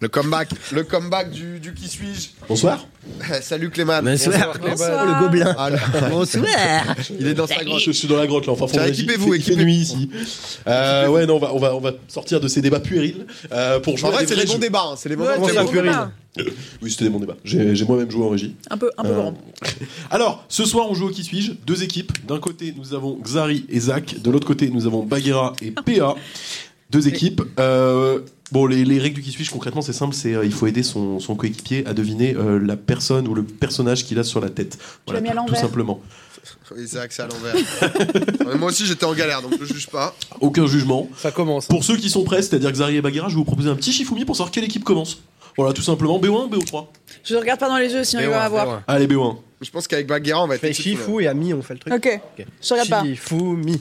Le comeback, le comeback du, du qui suis-je. Bonsoir. Salut Clément. Bonsoir, Clément. Bonsoir. le gobelin. Ah, le- Bonsoir. Il est dans sa grotte. Je, je suis dans la grotte là, enfin fond de Tiens, la gîte. équipez-vous, Il fait- il fait équipez-vous. nuit ici. Euh, ouais, non, on va, on, va, on va sortir de ces débats puérils euh, pour jouer En à vrai, des c'est des vrais bons jeux. débats. hein, C'est les bons Ouais, débats. c'est bon, Purine. voilà. Oui, c'était des bons débats. J'ai j'ai moi-même joué en régie. Un peu, un peu Euh, grand. Alors, ce soir, on joue au qui suis-je Deux équipes. D'un côté, nous avons Xari et Zach. De l'autre côté, nous avons Bagheera Ah. et PA. Deux équipes. Euh, bon, les, les règles du qui suis-je, concrètement, c'est simple. C'est euh, il faut aider son, son coéquipier à deviner euh, la personne ou le personnage qu'il a sur la tête. l'as mis à tout- tout l'envers. simplement. Oui, c'est axé à l'envers. Ouais, Moi aussi, j'étais en galère, donc je juge pas. Aucun jugement. Ça commence. Pour ceux qui sont prêts, c'est-à-dire Xari et Bagheera, je vais vous proposer un petit chifoumi pour savoir quelle équipe commence. Voilà, tout simplement. BO1, BO3. Je regarde pas dans les yeux, sinon il va m'avoir. Allez, BO1. Je pense qu'avec Baguera, on va On fait être. Shifu et Ami, on fait le truc. Ok. Je regarde pas. Shifumi.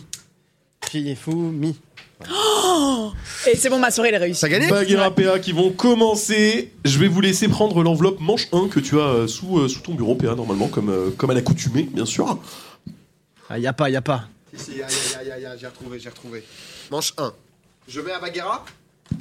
Shifumi. Et c'est bon, ma soirée, elle est réussie. Ça a gagné Bagheera PA qui vont commencer. Je vais vous laisser prendre l'enveloppe manche 1 que tu as euh, sous, euh, sous ton bureau PA normalement, comme, euh, comme à l'accoutumée, bien sûr. Ah, y a pas, y a pas. Si, si, aïe, aïe, aïe, aïe, j'ai retrouvé, j'ai retrouvé. Manche 1. Je mets à Baguera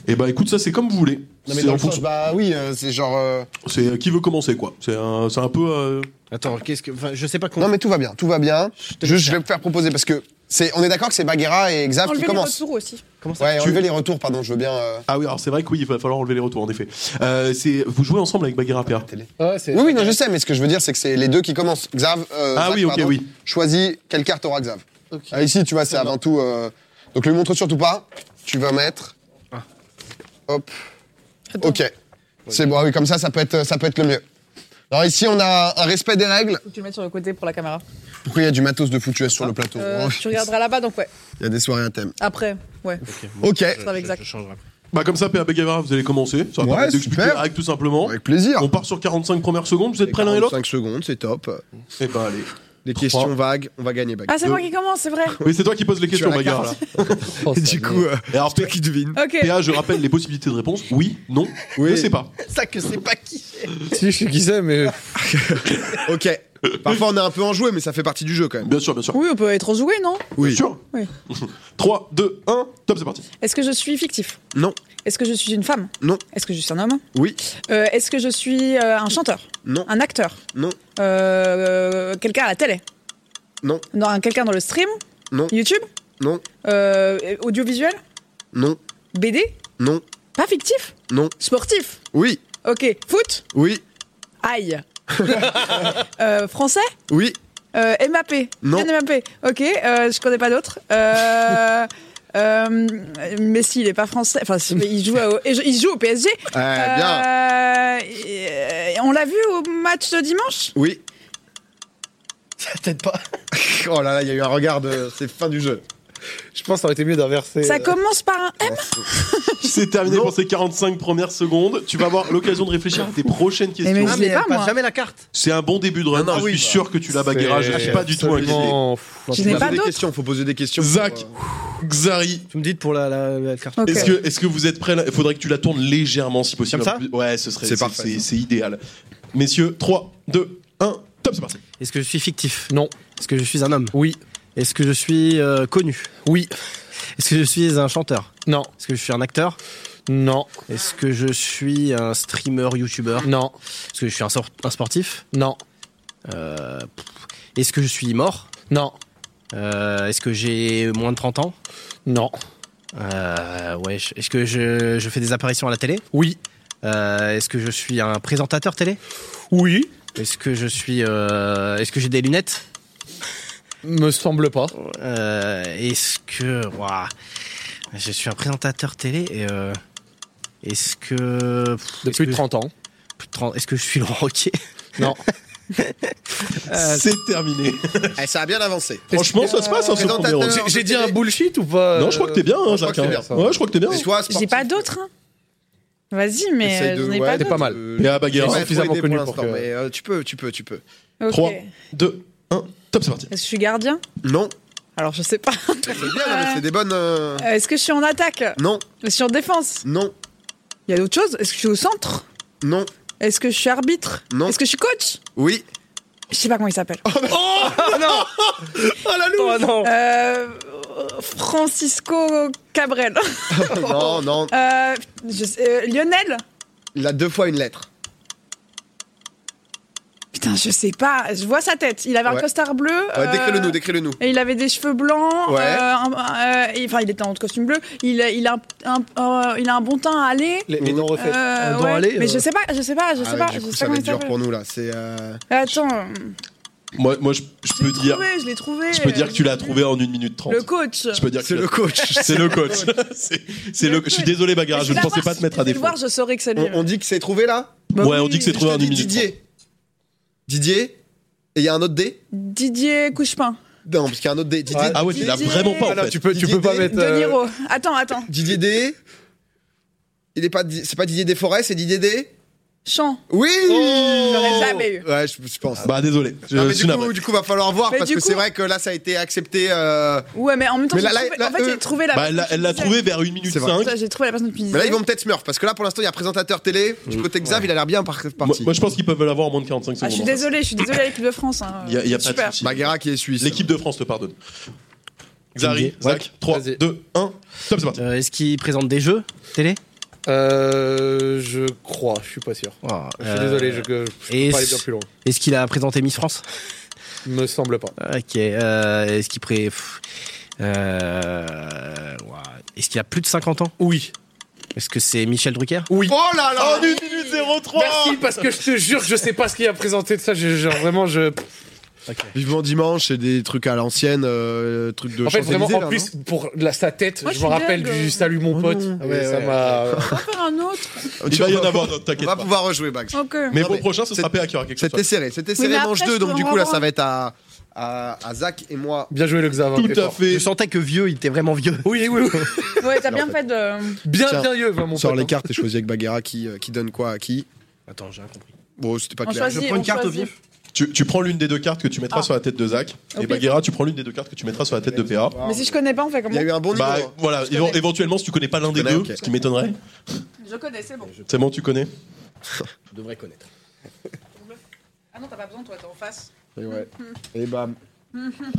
Et bah écoute, ça c'est comme vous voulez. C'est en fonction- bah oui, euh, c'est genre. euh, c'est, euh, qui veut commencer quoi. C'est un, c'est un peu. euh, Attends, qu'est-ce que. Enfin, je sais pas comment. Non, mais tout va bien, tout va bien. Juste, je vais me faire proposer parce que. c'est- On est d'accord que c'est Baguera et Xav qui Enlever les commencent. retours aussi. Comment ça Ouais, Tu- enlever les retours, pardon, je veux bien. euh, Ah oui, alors c'est vrai que oui, il va falloir enlever les retours en effet. Euh, c'est... Vous jouez ensemble avec Bagheera PA. Ouais, c'est- Oui, oui, non, je sais, mais ce que je veux dire, c'est que c'est les deux qui commencent. Xav, euh, Ah Zach, oui, ok, pardon, oui. choisis quelle carte aura Xav. Ok. Ah, ici, tu vois, c'est avant tout. euh, Donc, lui montre surtout pas. Tu vas mettre. Hop. Attends. Ok. C'est bon, ah oui, comme ça, ça peut être, ça peut être le mieux. Alors, ici, on a un respect des règles. Faut que tu le mettes sur le côté pour la caméra. Pourquoi il y a du matos de foutu sur le plateau Euh, Oh, tu regarderas là-bas, donc ouais. Il y a des soirées à thème. Après, ouais. Ok. Ça avec Zach. Bah comme ça, PA Bagheera, vous allez commencer. Ça va Ouais, permettre d'expliquer super. la règle tout simplement. Avec plaisir. On part sur 45 premières secondes, vous êtes prêts l'un et l'autre 5 secondes, c'est top. Eh bah allez. Des questions questions vagues, on va gagner. Ah, c'est moi qui commence, c'est vrai. Oui, c'est toi qui poses les questions, as la Bagheera là. carte. du coup, euh, Et alors, qui devine. Ok. PA, je rappelle les possibilités de réponse. Oui, non, Oui. je sais pas. Ça que c'est pas qui. c'est. Si, je sais qui c'est, mais. Ok. Parfois, on est un peu enjoué, mais ça fait partie du jeu quand même. Bien sûr, bien sûr. Oui, on peut être en joué, non Bien sûr. Oui. 3, 2, 1, top, c'est parti. Est-ce que je suis fictif Non. Est-ce que je suis une femme Non. Est-ce que je suis un homme Oui. Euh, Est-ce que je suis euh, un chanteur Non. Un acteur Non. Euh, euh, quelqu'un à la télé Non. Non, un- quelqu'un dans le stream Non. YouTube Non. Euh, Audiovisuel Non. BD Non. Pas fictif Non. Sportif Oui. Ok. Foot Oui. Aïe. Euh, français Oui. euh, MAP. Non. Kylian Mbappé. Ok, euh, je connais pas d'autres. Euh, euh, Messi, il est pas français. Enfin, si, mais il joue, au, il joue au PSG. Eh bien. Euh, et- et on l'a vu au match de dimanche Oui. Peut-être pas. Oh là là, il y a eu un regard de. C'est fin du jeu. Je pense que ça aurait été mieux d'inverser. Ça euh, commence par un M. C'est terminé Non. pour ces 45 premières secondes. Tu vas avoir l'occasion de réfléchir à tes prochaines questions. Eh, mais- Ah, Je mais l'ai elle pas, passe moi. jamais la carte. C'est un bon début de run. Non, non, je oui, suis bah. sûr que tu l'as, Bagheera. Je c'est suis pas du tout inquiet. absolument fou. Je n'ai Poser pas des d'autres. questions, faut poser des questions. Zach, Euh, Xari, Tu me dites pour la, la- la carte. Ok. est-ce que, est-ce que vous êtes prêts là Il faudrait que tu la tournes légèrement si possible. Comme Ouais, ce serait C'est parfait. C'est, c'est idéal. Messieurs, 3, 2, 1, top, c'est parti. Est-ce que je suis fictif Non. Est-ce que je suis un homme Oui. Est-ce que je suis euh, connu Oui. Est-ce que je suis un chanteur Non. Est-ce que je suis un acteur Non. Est-ce que je suis un streamer, youtubeur Non. Est-ce que je suis un, sor- un sportif Non. Euh, pff. Est-ce que je suis mort Non. Euh, Est-ce que j'ai moins de 30 ans Non. Euh, ouais, je- Est-ce que je, je fais des apparitions à la télé Oui. Euh, Est-ce que je suis un présentateur télé Oui. Est-ce que je suis euh, Est-ce que j'ai des lunettes Me semble pas. Euh, Est-ce que Ouah. Je suis un présentateur télé et euh, est-ce que pff, est-ce Depuis que- 30 ans. plus de 30 Est-ce que je suis Laurent Roquet Non. Euh, C'est terminé. eh, ça a bien avancé. Franchement, ça se passe hein, ce Présentateur. premier round. J'ai- j'ai dit un bullshit ou Euh, pas Non, je crois que t'es bien, je crois hein, Jacques. que t'es hein. bien, ça. Ouais, je crois que t'es bien. Mais soit J'ai sportif, pas d'autres. hein. Vas-y, essaye mais euh, de- j'en ai ouais, pas t'es d'autres. pas mal. euh, Et à Bagheera. j'ai pas suffisamment trop aidé connu pour pour l'instant, que- mais euh, tu peux, tu peux, tu peux. Ok. 3, 2, 1, top, c'est parti. Est-ce que je suis gardien Non, Alors, je sais pas. c'est bien, non, mais c'est des bonnes. euh, Euh, Est-ce que je suis en attaque Non, Je suis en défense non, Il y a d'autres choses Est-ce que je suis au centre non, Est-ce que je suis arbitre Non. Est-ce que je suis coach oui. Je sais pas comment il s'appelle. Oh la Oh non Euh, Francisco Cabrel. Non, non, Euh, je sais- euh, Lionel Il a deux fois une lettre. Putain, je sais pas. Je vois sa tête. Il avait un Ouais. costard bleu. Ouais, euh, Décris-le nous, décris-le nous. Et il avait des cheveux blancs. Ouais. euh, un- un- euh, et- enfin, il était en costume bleu. Il, a- il, a, un, un- euh, il a un bon teint à aller. Les, les dents refaites. Euh, Un dent ouais. allé, Mais euh. je sais pas, je sais pas, je Ah sais ouais, pas, du je coup, sais ça pas va comment être il dur s'appelle. pour nous là. C'est euh, Attends, Moi, moi je, je peux dire, trouvé, je l'ai trouvé. je peux dire que tu l'as trouvé en 1 minute 30. Le coach. Je peux dire que c'est tu le l'as- coach. c'est le coach. C'est- C'est le. Je suis désolé, Bagara, je ne pensais pas te mettre à des défaut. voir, je saurais que c'est lui. On, on dit que c'est trouvé là Bah Ouais, on oui. dit que c'est Je trouvé en te 1 dis minute. Didier. Didier Et il y a un autre dé Didier Couchepin. Non, parce qu'il y a un autre dé. Didier, Ah ouais, tu l'as Didier. vraiment pas en Alors, fait. tu peux, tu Didier peux pas D- mettre. De euh, Niro. Attends, attends. Didier D. Il est pas, Di- c'est pas Didier Desforêts, c'est Didier D. Chant. Oui Oh. J'aurais jamais eu. Ouais, je, je pense. Bah désolé, je Non, mais suis du navré. coup, du coup, va falloir voir Mais parce du que c'est coup- vrai que là, ça a été accepté. euh, Ouais, mais en même temps, Mais j'ai là, trouvé... là, en fait, là, j'ai eux- trouvé la Bah, elle personne l'a- elle l'a qui me disait. trouvé vers 1 minute C'est vrai. 5. Ça, J'ai trouvé la personne qui me Mais là, disait. ils vont peut-être smurf parce que là, pour l'instant, il y a présentateur télé. Du côté de Xav, il a l'air bien par Moi, parti. moi, je pense qu'ils peuvent l'avoir en moins de 45 secondes. Ah, je suis en fait. désolée, je suis désolée à l'équipe de France. hein. Il y a, il y a pas Super. de souci. Bagheera qui est suisse. L'équipe de France te pardonne. Xari, Ouais. Zach, 3, Vas-y. 2, 1. Top, c'est parti. Euh, Est-ce qu'il présente des jeux télé Euh, je crois, je suis pas sûr. Oh, Je suis euh, désolé, je, que- je et peux pas aller ce- bien plus loin. Est-ce qu'il a présenté Miss France Me semble pas. Ok. euh, Est-ce qu'il pré... pff, euh, ouah. Est-ce qu'il a plus de 50 ans Oui. Est-ce que c'est Michel Drucker Oui. Oh là là En 1 minute 03 Merci parce que je te jure que je sais pas ce qu'il a présenté de ça. je- genre, vraiment, je. Vivement dimanche, c'est des trucs à l'ancienne, euh, trucs de En fait, vraiment, Champs-Élysées, en là, plus, pour la, sa tête, Moi, je je me suis rappelle dingue. du salut mon pote. non Et Ouais, ça ouais. m'a. On va faire un autre. non Il va y en avoir d'autres, On t'inquiète va pas. pouvoir rejouer, Bax. Ok. Mais Non, pour mais prochain, ce sera c'était- PA qui aura quelque chose. C'était serré, c'était serré, Oh. mais manche après, 2, je donc peux du en coup, là, revoir. ça va être à, à, à Zach et moi. Bien joué, le Xav. Tout t'es à fort. fait. Je sentais que vieux, il était vraiment vieux. Oui, oui, oui. Ouais, t'as bien fait de. Bien, Tiens, bien, vieux, va, mon Sors pote. hein. les cartes et choisis avec Bagheera qui, euh, qui donne quoi à qui. Attends, j'ai rien compris. Bon, c'était pas On clair. choisit. prends une on carte au choisit. Tu, tu prends l'une des deux cartes que tu mettras Ah. sur la tête de Zach. Ok. Et Bagheera, tu prends l'une des deux cartes que tu mettras sur la tête de PA. Mais si je connais pas, on Il fait y comment a eu un bon niveau. Bah hein. voilà, Je connais. éventuellement, si tu connais pas l'un des connais, deux, ok. ce qui m'étonnerait. Je connais, c'est bon. C'est bon, tu connais Je devrais connaître. Ah non, t'as pas besoin, toi, t'es en face. Et ouais. Et bam.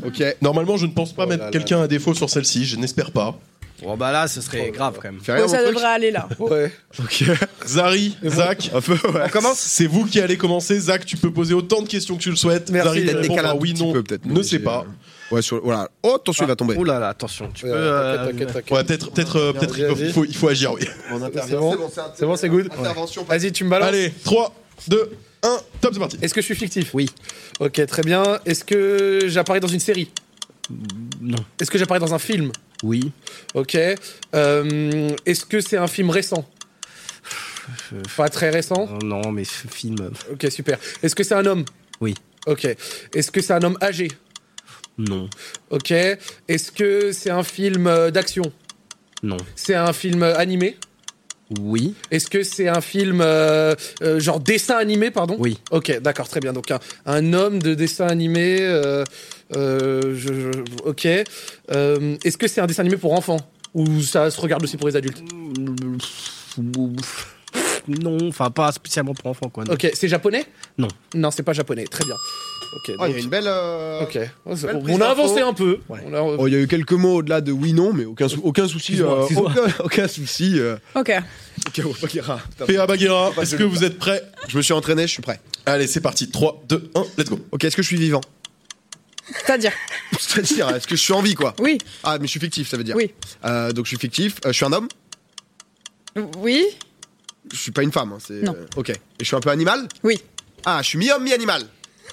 Ok. Normalement, je ne pense pas Oh mettre là là quelqu'un à défaut sur celle-ci, je n'espère pas. Bon, bah Ah, là, ce serait grave quand même. Fais Ouais, rien, ça Ah, mon devrait truc. aller là. Ouais. Ok. Zari, Zach, Un peu, ouais. c'est vous qui allez commencer. Zach, tu peux poser autant de questions que tu le souhaites. Merci, Zari peut-être répondra décalé un oui, petit non, peu, peut-être, ne mais sais j'ai- pas. Ouais, sur, voilà. Oh, ton celui va tomber. Oh là là, attention, tu peux. euh, T'inquiète, t'inquiète, Ouais, t'inquiète. peut-être, peut-être, euh, peut-être, Vas-y, il faut- vas-y. il faut, il faut agir, oui. C'est bon, c'est bon, c'est good. Intervention. Vas-y, tu me balances. Allez, 3, 2, 1, top, c'est parti. Est-ce que je suis fictif Oui. Ok, très bien. Est-ce que j'apparais dans une série Non. Est-ce que j'apparais dans un film Oui. Ok. Euh, Est-ce que c'est un film récent Pas très récent Oh non, mais ce film. euh, Ok, super. Est-ce que c'est un homme Oui. Ok. Est-ce que c'est un homme âgé Non. Ok. Est-ce que c'est un film euh, d'action Non. C'est un film euh, animé Oui. Est-ce que c'est un film euh, euh, genre dessin animé, pardon Oui. Ok, d'accord, très bien. Donc un, un homme de dessin animé. euh, euh, je- je- ok. Euh, Est-ce que c'est un dessin animé pour enfants ou ça se regarde aussi pour les adultes Non, enfin, pas spécialement pour enfants, quoi. non. Ok, c'est japonais Non. Non, c'est pas japonais. Très bien. Ok. Oh, il y donc- a une belle. euh, ok. Oh, c'est- belle prise on a avancé d'info. un peu. Ouais. On a- Oh, il y a eu quelques mots au-delà de oui, non, mais aucun, sou- aucun souci. Excuse-moi, euh, excuse-moi. aucun, aucun souci. euh. Ok. Ok, oh, fuck, Ira. Putain. PA Bagheera, est-ce que vous êtes prêts Je me suis entraîné, je suis prêt. Allez, c'est parti. 3, 2, 1, let's go. Ok, est-ce que je suis vivant C'est-à-dire C'est-à-dire, est-ce que je suis en vie, quoi Oui, Ah, mais je suis fictif, ça veut dire. oui, Euh, donc je suis fictif. Euh, je suis un homme oui, Je suis pas une femme. hein, c'est... Non. euh, Ok. Et je suis un peu animal oui. Ah, je suis mi-homme, mi-animal.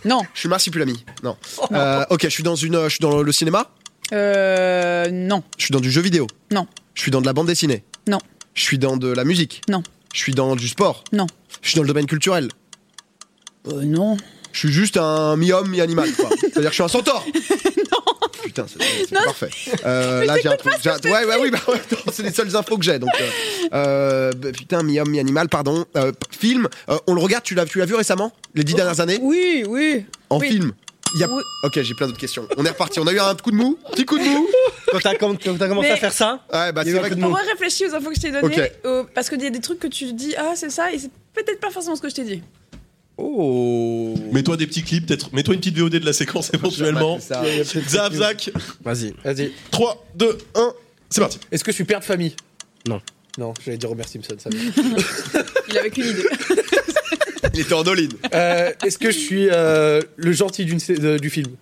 Non. Je suis marsipulami. Non. Euh, ok, je suis dans une, euh, je suis dans le cinéma. Euh. Non, Je suis dans du jeu vidéo. non, Je suis dans de la bande dessinée. non, Je suis dans de la musique. non, Je suis dans du sport. non. Je suis dans le domaine culturel. Euh, non. Je suis juste un mi-homme, mi-animal. quoi. C'est-à-dire que je suis un centaure. non. Putain, c'est, c'est parfait. Euh, là, j'ai un truc. j'ai un- Ouais, ouais, oui, bah, ouais, attends, c'est les seules infos que j'ai. Donc, euh, euh, bah, putain, mi-homme, mi-animal, pardon. Euh, p- film, euh, on le regarde, tu l'as, tu l'as vu récemment Les dix dernières années Oui, oui. En Oh. oui. film Il y a- Oui. Ok, j'ai plein d'autres questions. On est reparti. On a eu un coup de mou Petit coup de mou Quand t'as quand t'as commencé Mais- à faire ça, Ouais, bah, Il y a eu c'est un vrai coup que. de On mou. va réfléchir aux infos que je t'ai données. Ok. euh, parce qu'il y a des trucs que tu dis, ah, c'est ça, et c'est peut-être pas forcément ce que je t'ai dit. Oh Mets-toi des petits clips, peut-être. Mets-toi une petite VOD de la séquence éventuellement. Zap, Zach, Vas-y. Vas-y. 3, 2, 1, c'est parti. Est-ce que je suis père de famille Non. Non, j'allais dire Robert Simpson, ça va. Il avait qu'une idée. Il était en all-in. Euh, Est-ce que je suis euh, le gentil d'une sé- de- du film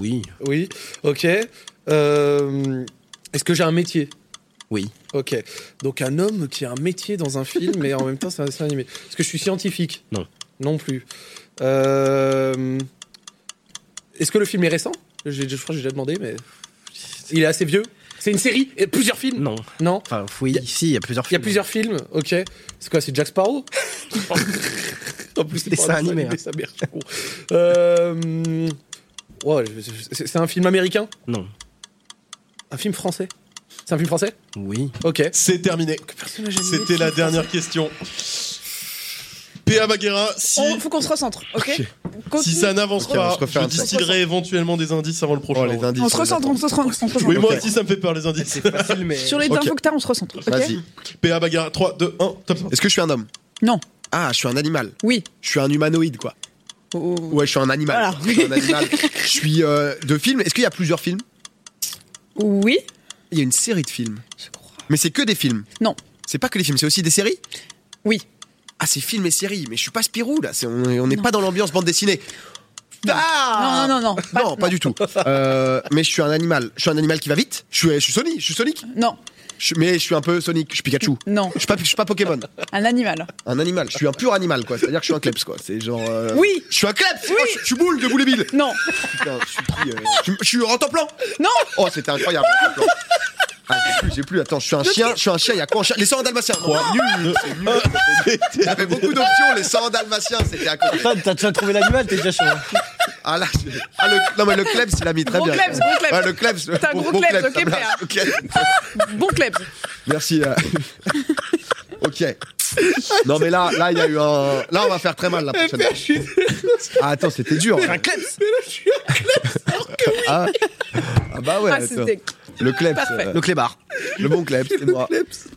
Oui. Oui. Ok. Euh, Est-ce que j'ai un métier Oui. Ok. Donc un homme qui a un métier dans un film, mais en même temps c'est un dessin animé. Est-ce que je suis scientifique Non. Non plus. Euh, Est-ce que le film est récent J'ai- Je crois que j'ai déjà demandé, mais il est assez vieux. C'est une série et plusieurs films. Non. Non. Enfin, oui, si, il y a plusieurs Il y a films. plusieurs films. Ok. C'est quoi C'est Jack Sparrow En plus, c'est Dessin pas un dessin animé, hein. sa mère, je comprends. Euh, ouais, c'est c'est un film américain Non. Un film français C'est un film français Oui. Ok. C'est terminé. C'était la dernière question. P.A. Baguera, si, On- faut qu'on se recentre, ok, si Continue. ça n'avance Ok, on pas, se refait je un petit- distillerai éventuellement des indices avant le prochain. Oh, les indices. On se on les recentre, attend. on se recentre, on se recentre. oui, moi Ok. aussi ça me fait peur les indices. C'est facile, mais. Sur les Ok. infos que t'as, on se recentre. ok Vas-y. P.A. Baguera, 3, 2, 1, top. Est-ce que je suis un homme Non. Ah, je suis un animal. Oui. Je suis un humanoïde, quoi. Oh, oh. Ouais, je suis un animal. Voilà. quoi. Je suis un animal. Je suis euh, de films. Est-ce qu'il y a plusieurs films Oui. Il y a une série de films. Je crois. Mais c'est que des films. Non. C'est pas que des films, c'est aussi des séries Oui. Ah, c'est films et séries. Mais je suis pas Spirou, là. C'est- on est- on n'est Non. pas dans l'ambiance bande dessinée. Ah Non, non, non, non. non, pas du tout. Euh, mais je suis un animal. Je suis un animal qui va vite. Je suis, je suis Sonic. Je suis Sonic. Non, Je- mais je suis un peu Sonic. Je suis Pikachu. non. Je suis pas, je suis pas Pokémon. Un animal. Un animal. Je suis un pur animal, quoi. C'est-à-dire que je suis un Klebs, quoi. C'est genre. euh, Oui. Je suis un Klebs. Oh, je, je suis boule de boule et Bill. Non, Putain, je suis qui, euh, je, suis- je suis en temps plan. non. Oh, c'était incroyable. en temps plan. Ah, j'ai plus, j'ai plus. Attends, je suis un chien. Je suis un chien. Il y a quoi en chien Les 100 dalmatiens. Non, nul. Ah, C'est nul. Il y avait beaucoup d'options. Les 100 dalmatiens, c'était à côté. Putain, t'as déjà trouvé l'animal, t'es déjà chaud. hein. Ah là, je- ah, le, non mais le Klebs, il a mis très Gros bien. Klebs, gros Klebs. Ouais, le Klebs. T'as un bon- gros bon Klebs, ça ok, me PA. lâche. Ok. Bon Klebs. Merci. euh. ok. Non mais là, là il y a eu un. Là on va faire très mal la prochaine. fois. Ah attends, c'était dur. Un Klebs. Ah, ah bah ouais. Ah, attends. c'était. le Klebs. Parfait. euh, Le clébard. le bon Klebs, c'est moi.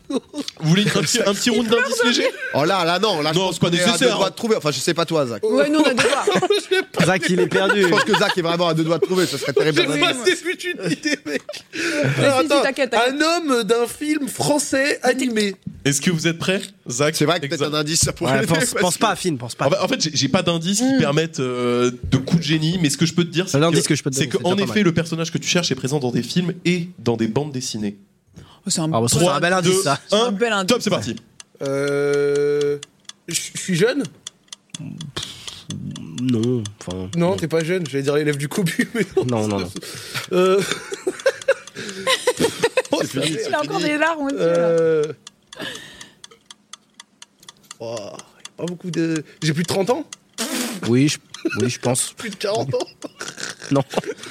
Vous voulez un petit, un petit round d'indices léger Oh là, là non, là je Non, pense c'est pas qu'on est à nécessaire, deux doigts hein. de trouver. Enfin je sais pas toi Zach. Ouais, nous on a deux doigts. Zach, il est perdu. Je pense que Zach est vraiment à deux doigts de trouver, ce serait terrible. J'ai pas cette une idée, mec. si, si, t'inquiète, t'inquiète. un homme d'un film français animé. Est-ce que vous êtes prêts Zach C'est vrai que peut-être Exact. un indice ça pourrait Ouais, l'aider, Bah, pense, parce pense que- pas à Finn, pense pas. En fait- En fait, j'ai- j'ai pas Hmm. d'indices qui permettent euh, de coups de génie, mais ce que je peux te dire, c'est Un indice que, que je peux te c'est donner, que, c'est en déjà pas effet, le personnage que tu cherches est présent dans des films et dans des bandes dessinées. Oh, C'est un Ah, bah, c'est bon- un bel indice, ça. c'est un 1, bel indice. top, c'est parti. Euh, Je je suis jeune Non, enfin. Non, t'es pas jeune. J'allais dire l'élève du cobu, mais non. Non, non, non. Euh... oh, Il a encore des larmes aux yeux, là. Euh... Oh, y a pas beaucoup de. J'ai plus de 30 ans Oui, je, oui, je pense. Plus de 40 ans Non.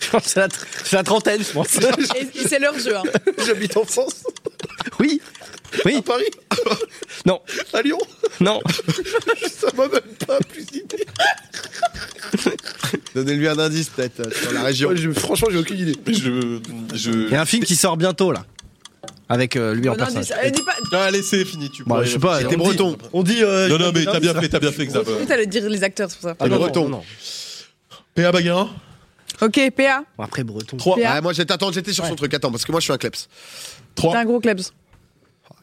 Je pense que c'est la, tr- c'est la trentaine, je pense. Et et c'est leur jeu. hein. J'habite en France, Oui. à Paris, Non. à Lyon. Non. Ça m'a même pas plus d'idée. Donnez-lui un indice peut-être euh, sur la région. Ouais, j'ai- Franchement, j'ai aucune idée. Mais Je, Il y je... a un film qui sort bientôt, là. Avec euh, lui en Bon personne. indice. Eh, dis pas- Ah, allez, c'est fini. Tu Bah, pourrais- je sais pas. T'es on dit- breton. On dit. euh, Non, non, mais t'as bien fait, t'as bien fait, Xav. Putain, allais dire les acteurs, c'est pour ça. Ah, non, non, breton. non, non. P.A. Baguera Ok, PA. Bon, Après, breton. 3. P.A. Ah, moi j'étais attends, j'étais sur son truc. Attends, parce que moi je suis un kleps. T'es 3. un gros Klebs.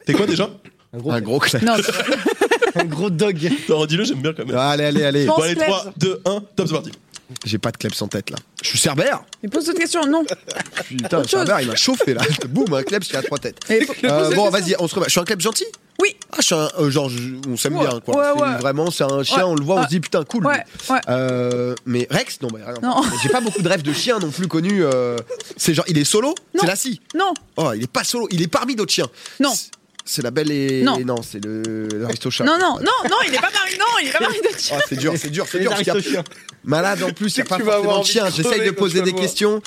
T'es quoi déjà Un gros, un gros kleps. Non, c'est- un gros dog. Non, redis-le, j'aime bien quand même. Ah, Allez, allez, allez. Pense Bon, allez, Klebs. 3, 2, 1, top, c'est parti. J'ai pas de kleps en tête là. Je suis cerbère. mais pose d'autres questions, non. Putain, Autre chose. cerbère, il m'a chauffé là. Boum, un kleps, j'ai à trois têtes. Mais faut- Euh, pose bon, d'autres vas-y, on se remet. Je suis un kleps gentil Oui. Ah, je suis un. euh, genre, je- on s'aime Ouais, bien quoi. ouais, C'est ouais. Vraiment, c'est un chien, Ouais. on le voit, on Ouais. se dit putain, cool. Ouais, ouais. Euh, mais Rex, non, bah rien. Non. J'ai pas beaucoup de rêves de chiens non plus connus. euh, C'est genre, il est solo Non. C'est la scie. Non, Oh, il est pas solo, il est parmi d'autres chiens. Non. C'est- C'est la belle et. Non. c'est le. l'aristochat. non, non, non, non, il est pas marié. Non, il est pas marié de Ah, c'est dur, c'est dur, c'est dur. parce qu'il y a- Aristochien. Malade en plus, il a que pas tu vas forcément avoir de chien. envie de J'essaye de crever poser quand des tu vas le questions.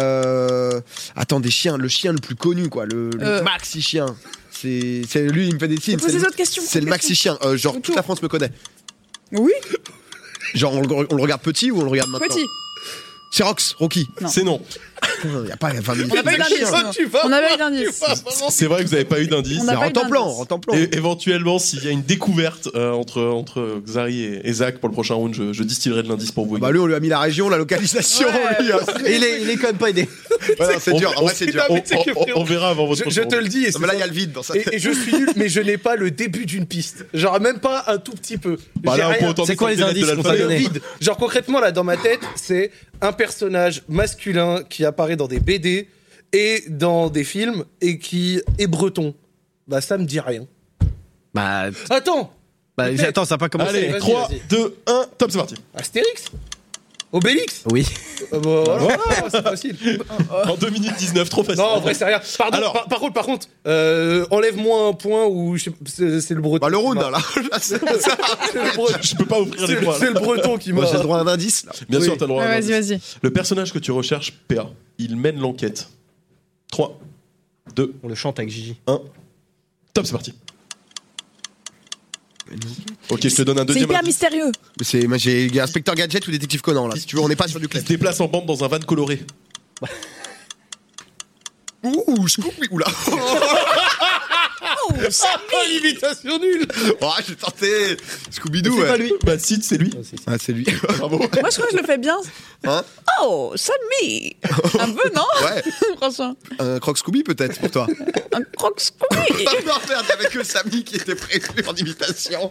Euh... Attends, des chiens, le chien le plus connu, quoi, le, le Euh. maxi chien. C'est c'est- lui, il me fait des signes. Pose C'est les le- autres questions. c'est le maxi chien. Euh, genre, toute Autour. la France me connaît. Oui, Genre, on le, on le regarde petit ou on le regarde maintenant petit. C'est Rox, Rocky. Non. C'est non. Il n'y a pas 20 On n'a pas eu d'indice. Ah, tu vas On avait eu voir, tu Ah, d'indice. vas voir. C'est vrai que vous avez pas eu d'indice. On a C'est pas en eu temps plan, d'indice. en temps plan. Et éventuellement, s'il y a une découverte euh, entre, entre Xari et, et Zach pour le prochain round, je, je distillerai de l'indice pour vous. Bah lui on lui a mis la région, la localisation, Ouais. lui, hein. Et il est, il est quand même pas aidé. Ouais, non, c'est On- dur. En on- vrai, c'est dur. Ah, On, mais tu sais que, on- on- frérot, on verra avant votre Je, je te propos. le dis, et, Non, c'est mais là, ça. il y a le vide dans sa tête. Et- et je suis nul, mais je n'ai pas le début d'une piste. Genre même pas un tout petit peu. Bah J'ai là, on peut rien. entendre C'est quoi des les lettres de indices qu'on t'a l'alphabet. Le donné vide. Genre concrètement là dans ma tête, c'est un personnage masculin qui apparaît dans des BD et dans des films et qui est breton. Bah ça me dit rien. Bah, Attends, bah, Peut-être. attends, ça n'a pas commencé. Allez, Vas-y, 3, vas-y. 2, 1, top, c'est parti. Astérix Obélix Oui. Euh, bah, voilà, c'est facile. En 2 minutes 19, trop facile. Non, en vrai, c'est rien. Pardon, Alors- par, par contre, par contre, euh, enlève-moi un point ou je sais pas, c'est c'est le breton. Bah, le round, qui là. Là, c'est- c'est- marche. C'est le breton. je peux pas ouvrir les C'est le, bras. c'est le breton qui Moi, m'a. j'ai le droit à un indice, là. Bien Oui. sûr, t'as le droit. Ouais, à un vas-y, indice. vas-y. Le personnage que tu recherches, PA, il mène l'enquête. 3, 2, On le chante avec Gigi. top, c'est parti. Ok, je te donne un C'est deuxième. hyper indice. mystérieux. Mais c'est- moi, j'ai Inspecteur Gadget ou Détective Conan, là. Si tu veux, on n'est pas sur du Il se classique. déplace en bande dans un van coloré. Ouh, Scooby, oula. Oh, ça- Ah, l'imitation nulle Oh, j'ai tenté. Scooby-Doo, C'est ouais. pas lui. Bah, si, c'est lui. Ah, c'est lui. Bravo. Moi, je crois que je le fais bien. Hein Oh, Sammy Un peu, non Ouais. Franchement, Un croc Scooby, peut-être, pour toi. un croque squeak. Ah, non, merde, il y avait que Samy qui était prévu en imitation.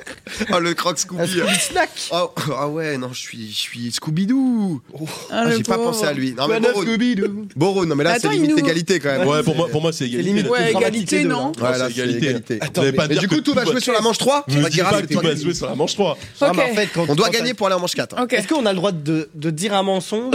Ah, le croc Scooby. Snack Ah, ah ouais, non, je suis, je suis Scooby-Doo. Ah, Ah, le j'ai pas pauvre. pensé à lui. Non, mais Boro, Scooby-Doo. Boro, non, mais là, Attends, c'est il limite nous- égalité quand même. Ouais, pour moi, pour moi c'est égalité. limite. là. Ouais, Dramatique égalité, deux, non Ouais, Ouais, là, c'est c'est égalité. égalité. Vous allez pas Mais dire du que coup, tout va doit- jouer sur la manche 3. Me dis Bagheera, pas c'est que tout toi va qui- jouer sur la manche 3. Ah, mais en Ok. fait, quand On doit quand gagner pour aller en manche hein. 4. Ok. Est-ce qu'on a le droit de, de dire un mensonge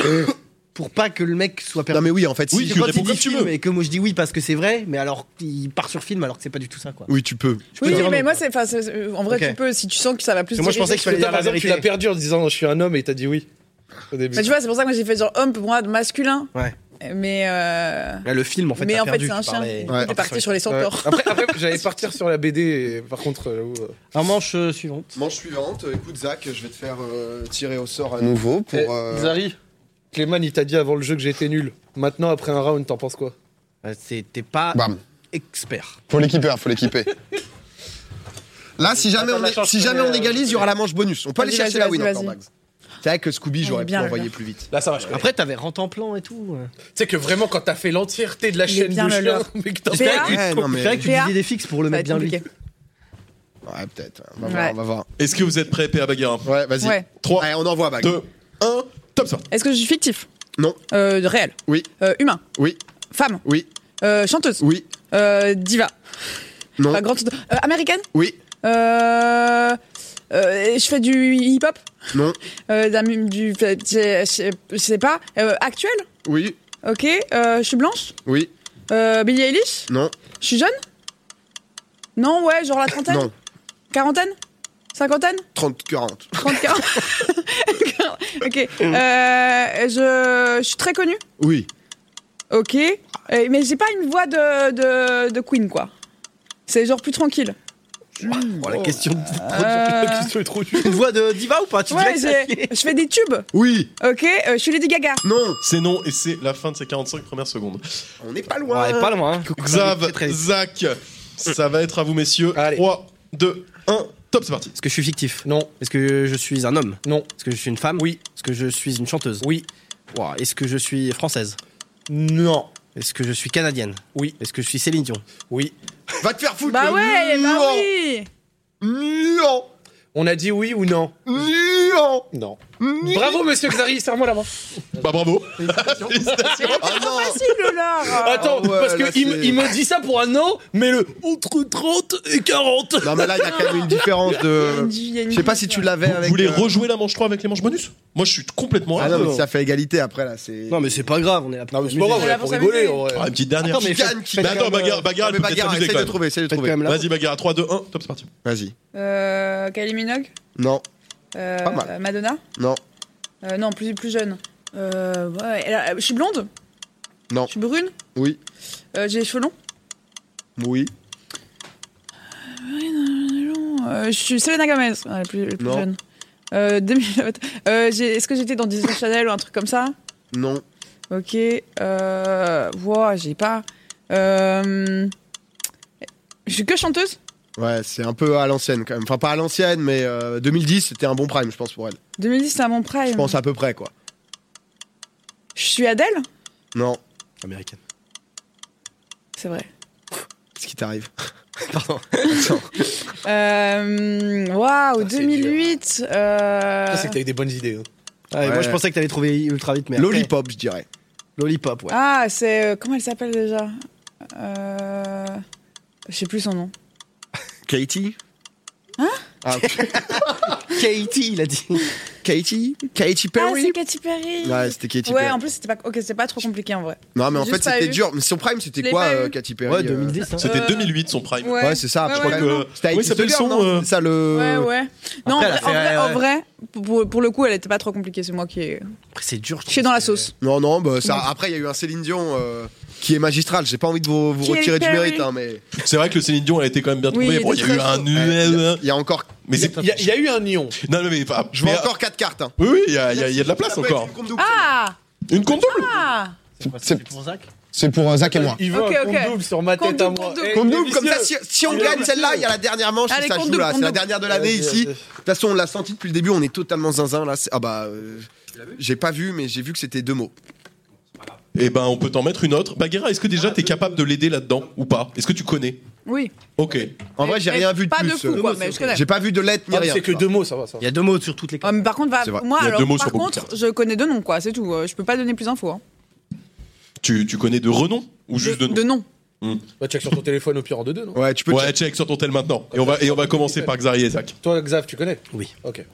pour pas que le mec soit Non, perdu mais Bah, oui, en fait, Oui, si. tu Quand réponds il comme dit tu film veux. et que moi je dis oui parce que c'est vrai, mais alors il part sur film alors que c'est pas du tout ça quoi. Oui, tu peux. Je peux Oui, dire un mais nom, moi, quoi. c'est, enfin, c'est- euh, en vrai, Ok. tu peux, si tu sens que ça va plus. Parce que moi, je diriger- pensais qu'il fallait Toi, dire par la exemple, tu vérité. l'as perdu en disant je suis un homme et t'as dit oui au début. Mais Bah, tu vois, c'est pour ça que moi, j'ai fait genre homme, pour moi, masculin. Ouais. Mais, euh, Là, le film en fait. mais t'as en fait, perdu, c'est un tu chien. parlais- Il est parti sur les Ouais. centaures. Après, après, j'allais partir sur la BD, et par contre, euh, j'avoue, euh, Un manche euh, suivante. Manche suivante, écoute, Zach, je vais te faire euh, tirer au sort à nouveau pour. Eh, euh, Zari, Clément, il t'a dit avant le jeu que j'étais nul. Maintenant, après un round, t'en penses quoi Euh, C'était pas Bam. expert. Faut l'équiper, faut l'équiper. Là, si jamais, Attends, on, la est- chance, si jamais euh, on égalise, il y aura la manche bonus. On peut aller Vas-y, chercher vas-y, la win vas-y, encore, vas-y. Ah, Max. C'est vrai que Scooby, est j'aurais pu bien, l'envoyer là. plus vite. Là, ça va, je Après, t'avais rentre en plan et tout. euh. Tu sais que vraiment, quand t'as fait l'entièreté de la Il est chaîne bien de le chien, leur. mais que t'as J'espère pas Ah, eu- ouais, non, C'est mais. vrai que tu Léa, disais des fixes pour le Ça va mettre être bien lui. compliqué. Ouais, peut-être. On va voir, Ouais. on va voir. Est-ce que vous êtes prêts, PA Bagheera Ouais, vas-y. Ouais. 3, Allez, on envoie, Bag. 2, 1, top, c'est parti. Est-ce que je suis fictif Non. Euh, réel. Oui. Euh, humain. Oui. Femme. Oui. Euh, chanteuse. Oui. Euh, diva. Non. Enfin, grande chanteuse. Euh, américaine. Oui. Euh, euh, je fais du hip-hop. Non. Euh, de la mu- du, je sais- je sais pas. Euh, actuel. Oui. Ok. Euh, je suis blanche. Oui. Euh, Billie Eilish. Non. Je suis jeune. Non, ouais, genre la trentaine. Non. Quarantaine. Cinquantaine. 30, 40. Trente, quarante. ok. Euh, je, je suis très connue. Oui. Ok, Euh, mais j'ai pas une voix de, de, de Queen, quoi. C'est genre plus tranquille. Oh, la question de Euh, Une voix de diva ou pas Tu ouais, dirais que ça- j'ai- je fais des tubes, Oui. ok euh, Je suis Lady Gaga. Non. C'est non, et c'est la fin de ces 45 premières secondes. On n'est pas Ouais, loin. pas loin. hein. Xav, Très, très- Est-ce Zach, ça va être à vous, messieurs. Allez. 3, 2, 1, top, c'est parti. que je suis fictif Non, Est-ce que je suis un homme non, Est-ce que je suis une femme Oui. Est-ce que je suis une chanteuse oui, Ouah, Est-ce que je suis française non, Est-ce que je suis canadienne Oui. Est-ce que je suis Céline Dion oui. Va te faire foutre. Bah le ouais, bah nuant. oui Nuant. On a dit oui ou non Nuant. Non. Nuant. Bravo, monsieur Xari, serre-moi la main. Bah, bravo. Félicitations. Ah non. Facile, le lard Attends, ouais, parce là, que il, me- c'est- il me dit ça pour un an, mais le entre 30 et 40. Non, mais là, il y a quand même une différence Euh, de. Je sais pas si tu l'avais Vous avec. voulez euh, rejouer la manche 3 avec les manches bonus Moi, je suis complètement Ah à non, mais fond. ça fait égalité après, là. C'est. Non, mais c'est pas grave, on est là pour Non, mais c'est pas s'amuser. grave, on est Là, pour pour rigoler. s'amuser. en vrai. Ah, une petite dernière. Attends, mais Qui faites- gagne, qui faites Mais attends, quand même, bagarre, euh, bagarre, mais elle peut peut-être bagarre, s'amuser essaye quand de même. trouver, essaye de faites quand trouver. même la- Vas-y, bagarre, 3, 2, 1, top, c'est parti. Vas-y. Euh, Kylie Minogue Non, euh, Pas mal. Madonna non, Euh, Non, plus, plus jeune. Euh, ouais, elle a- je suis blonde Non. Je suis brune oui, Euh, J'ai les cheveux longs oui, Euh, Je suis Selena Gomez, ouais, la plus, la plus Non. jeune. Euh, 2000... euh, j'ai- Est-ce que j'étais dans Disney Channel ou un truc comme ça non. Ok. Euh... wow, j'ai pas. Euh... Je suis que chanteuse Ouais, c'est un peu à l'ancienne quand même. Enfin, pas à l'ancienne, mais euh, 2010, c'était un bon prime, je pense, pour elle. 2010, c'est à mon Je prime. pense à peu près, quoi. Je suis Adèle Non, américaine. C'est vrai. Qu'est-ce qui t'arrive Pardon. Euh, Ah, Waouh, c'est 2008. euh, Je sais que t'as eu des bonnes idées. hein. Ah, et Ouais. Moi, je pensais que t'allais trouver ultra vite, mais. après- Lollipop, je dirais. Lollipop, ouais. Ah, c'est. euh, comment elle s'appelle déjà euh... Je sais plus son nom. Katie Hein Katie, il a dit. Katie Katy Ah, Perry c'est Katy Perry. Ouais, c'était Katy Ouais, Perry. en plus, c'était pas, ok, c'était pas trop compliqué en vrai. Non, mais en Juste fait, pas c'était eu. dur. Mais son prime, c'était Je l'ai quoi, pas euh, eu. Katy Perry Ouais, euh, 2010. hein. C'était Euh, 2008, son prime. Ouais. Ouais, c'est ça. Ouais, je ouais, crois ouais. que. C'était Comment il Haiti s'appelle Girl, son, non euh, C'est ça le. Ouais, ouais. Non, après, elle a en fait, vrai, en euh, vrai, pour, pour le coup, elle était pas trop compliquée. C'est moi qui ai. Après, c'est dur. je Je suis pense, dans la que- sauce. Non, non, bah, ça, après, il y a eu un Céline Dion euh, qui est magistral. J'ai pas envie de vous, vous Katy retirer du Perry. mérite, hein, mais C'est vrai que le Céline Dion a été quand même bien Oui, trouvé. il Bon, il y était a eu très un E. chaud. il nuel. y a encore. Mais c'est. Il y, a- il y a eu un nion. Non, non, mais. enfin, Je vois mais- encore 4 cartes. Hein. Oui, oui, il y, a- il y a- il y a de la place Ça peut être encore. une compte double. Ah Une compte double Ah C'est- pour Zach C'est pour euh, Zach et moi. Il veut Ok, un compte ok. double sur ma Compte tête à double, moi. compte double. Eh, Compte double, comme ça, délicieux. si, si on Il est gagne délicieux. celle-là, il y a la dernière manche, Allez, si ça compte joue là. double, C'est la compte dernière de l'année double. ici. De toute façon, on l'a senti depuis le début, on est totalement zinzin là. C'est- Ah bah. euh, J'ai pas vu, mais j'ai vu que c'était deux mots. Eh ben, on peut t'en mettre une autre. Bagheera, est-ce que déjà t'es capable de l'aider là-dedans ou pas Est-ce que tu connais Oui. Ok. En vrai, j'ai Et rien vu de pas plus. Pas de euh, fou, quoi, mais je connais. J'ai pas vu de lettres ni Ah, mais rien. C'est que Enfin, deux mots, ça va. Ça. va. Il y a deux mots sur toutes les Ah, cartes. mais par contre, va- C'est vrai. moi, Il y a deux mots alors, par sur beaucoup de contre, cartes. je connais deux noms, quoi, c'est tout. Euh, Je peux pas donner plus d'infos. hein. Tu, tu connais de renom ou juste de, nom Bah, check sur ton téléphone au pire en deux deux, non Ouais, tu peux. Ouais, check sur ton tel maintenant. Et on va, et on va commencer par Xari et Zach. Toi, Xav, tu connais Oui. Ok.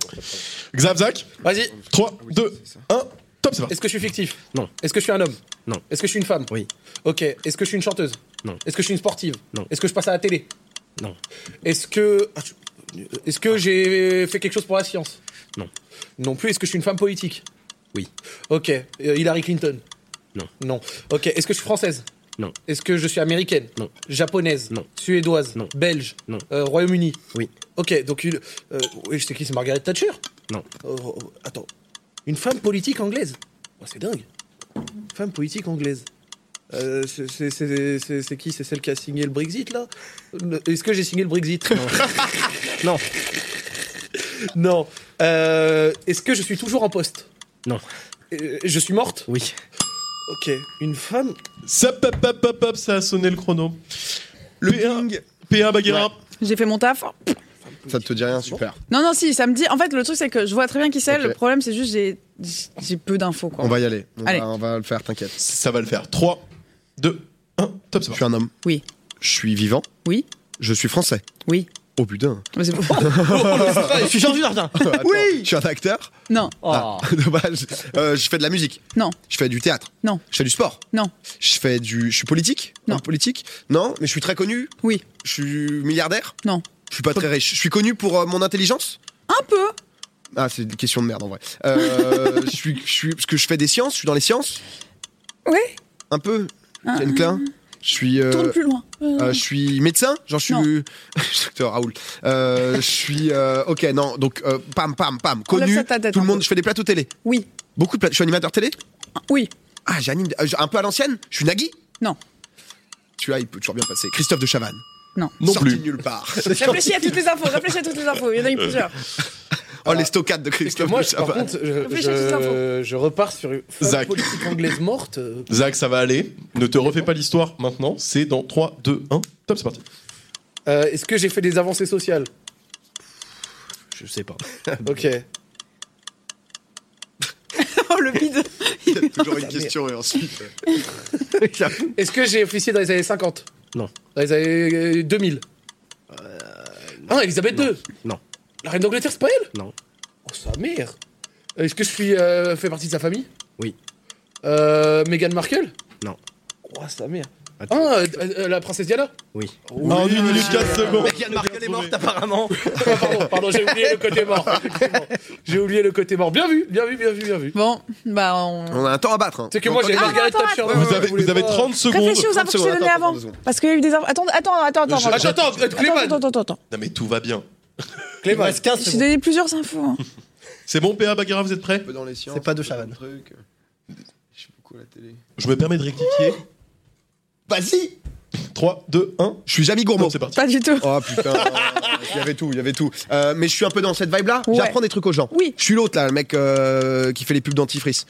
Xav, Zach Vas-y. 3, 2, 1. Top, c'est parti. Est-ce que je suis fictif Non. Est-ce que je suis un homme Non. Est-ce que je suis une femme Oui. Ok. Est-ce que je suis une chanteuse Non. Est-ce que je suis une sportive Non. Est-ce que je passe à la télé Non. Est-ce que. Ah, je- Est-ce que j'ai fait quelque chose pour la science Non. Non plus. Est-ce que je suis une femme politique Oui. Ok. Euh, Hillary Clinton Non. Non. Ok. Est-ce que je suis française Non. Est-ce que je suis américaine Non. Japonaise Non. Suédoise Non. Belge Non. Euh, Royaume-Uni Oui. Ok. Donc une. euh, oui, je sais qui c'est Margaret Thatcher Non. Oh, oh, oh, attends. Une femme politique anglaise Oh, C'est dingue. Femme politique anglaise. Euh, c'est- c'est- c'est c'est- c'est qui C'est celle qui a signé le Brexit, là Le- Est-ce que j'ai signé le Brexit Non. Non. Non. Euh, Est-ce que je suis toujours en poste Non. Euh, je suis morte Oui. Ok. Une femme Ça, pop, pop, pop, pop, ça a sonné le chrono. Le P1, P1 Bagheera. J'ai fait mon taf. Ça te dit rien, super. Non, non, si, ça me dit. En fait, le truc, c'est que je vois très bien qui c'est. Ok. Le problème, c'est juste j'ai j'ai peu d'infos, quoi. On va y aller. On Allez. va- on va le faire, t'inquiète. Ça va le faire. 3, 2, 1. Top, c'est Je parti. suis un homme. Oui. Je suis vivant. Oui. Je suis français. Oui. Oh putain. Mais c'est- Je suis Jean hein. Jardin. oui. Je suis un acteur. non, Ah, dommage. Euh, je fais de la musique. Oh. non, Je fais du théâtre. Non. Je fais du sport. non, Je fais du. Je suis politique. Non. Homme Politique. Non, mais je suis très connu. oui, Je suis milliardaire. non. Je suis pas très riche. Je suis connu pour euh, mon intelligence. Un peu. Ah, c'est une question de merde en vrai. Euh, je suis. Je suis. Parce que je fais des sciences. Je suis dans les sciences. Oui, Un peu. Jane Klein. Je suis. euh, Ah. Hein? tourne plus loin. Euh, Euh, je suis médecin, genre je Non. suis docteur Raoul. Euh, je suis euh, ok non donc euh, pam pam pam Enlève connu. ça de ta tête tout le un monde, peu. je fais des plateaux télé. Oui, Beaucoup de plateaux. Je suis animateur télé. Ah, oui, Ah j'anime euh, un peu à l'ancienne. Je suis Nagui. non. Tu là il peut toujours bien passer. Christophe de Chavannes. Non. Non Sorti plus. nulle part. Réfléchis à toutes les infos, réfléchis à toutes les infos. Il y en a eu plusieurs. oh les stockades de Parce que Christophe moi, de je- par Chavannes. contre, je, Réfléchis à ces je, je repars sur une femme Zach. politique anglaise morte. euh, Zach, ça va aller. Ne te refais pas l'histoire maintenant. C'est dans 3, 2, 1. Top, c'est parti. euh, Est-ce que j'ai fait des avancées sociales Je sais pas. Ok. Oh, le vide. Il y a toujours une question et ensuite. euh, Est-ce que j'ai officié dans les années 50 Non. Euh, Dans les années euh, 2000 Ah, Elisabeth II Non. La reine d'Angleterre, c'est pas elle Non. Oh, sa mère Est-ce que je suis euh, fait partie de sa famille Oui. Euh, Meghan Markle Non. Oh, sa mère Attends. Ah, euh, euh, la princesse Diana Oui. En 1 minute 4 secondes. Yann Markel est morte apparemment. Ah, Pardon, pardon j'ai oublié le côté mort. effectivement. J'ai oublié le côté mort. Bien vu, bien vu, bien vu, bien vu. Bon, bah, on. On a un temps à battre. hein. C'est que moi, j'ai Encore- Ah, Margaret attends, Thatcher. attends. Ouais, Vous ouais, avez, voulez vous avez euh, pas- 30 secondes. Réfléchis aux infos que je t'ai données avant. Parce qu'il y a eu des infos. Attends, attends, attends, attends. attends. Attends, attends, euh, Clément, Attends, attends, attends, attends. Non, mais tout va bien. Il me Clément. reste 15 Je t'ai secondes. donné plusieurs infos. hein. C'est bon, PA Bagheera, vous êtes prêts Un peu dans les sciences, C'est pas de un peu dans Chavannes. le truc. Je suis beaucoup à la télé. Je me permets de rectifier. Vas-y. 3, 2, 1. Hein Je suis Jamie Gourmand. Top, c'est parti. Pas du tout. Oh putain, il y avait tout, il y avait tout. Euh, mais je suis un peu dans cette vibe là, Ouais. j'apprends des trucs aux gens. Oui. Je suis l'autre là, le mec euh, qui fait les pubs dentifrice.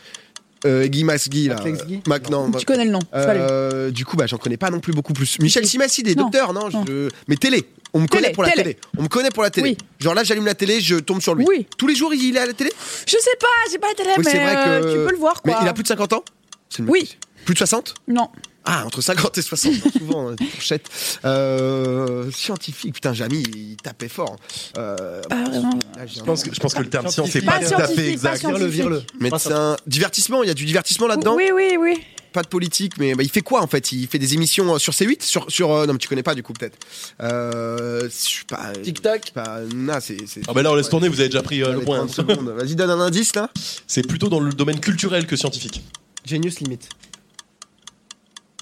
euh, Guy Masgui, là. Max Guy Maintenant. Tu connais le nom. faut aller. Euh, du coup, bah, j'en connais pas non plus beaucoup plus. Michel Simassi, il est Non. docteur, non, je- Mais télé. On me Télé, connaît pour la télé. télé. On me connaît pour la télé. Oui. Genre là, j'allume la télé, je tombe sur lui. Oui. Tous les jours, il est à la télé Je sais pas, j'ai pas été là, Oui, mais c'est vrai euh, que- tu peux le voir Mais quoi. il a plus de 50 ans C'est le mieux Oui. possible. Plus de 60 Non. Ah, entre 50 et 60, souvent, hein, fourchette. Euh, scientifique, putain, Jamy, il tapait fort. Euh, Pas Ah, vraiment. là, j'ai Je un- pense que, je pense que le terme science n'est Scientifique. pas Pas tout à fait scientifique, pas exact. Vire-le, vire-le. Médecin, divertissement, il y a du divertissement là-dedans. Oui, oui, oui. Pas de politique, mais bah, il fait quoi en fait Il fait des émissions euh, sur C8 sur, sur, euh, Non, mais tu connais pas du coup, peut-être. Euh, je suis pas. Tic Tac. c'est pas- non, c'est. c'est- Ah bah là, on laisse tourner, vous avez déjà pris euh, Allez, le point. 30 secondes. Vas-y, donne un indice là. C'est plutôt dans le domaine culturel que scientifique. Genius limite.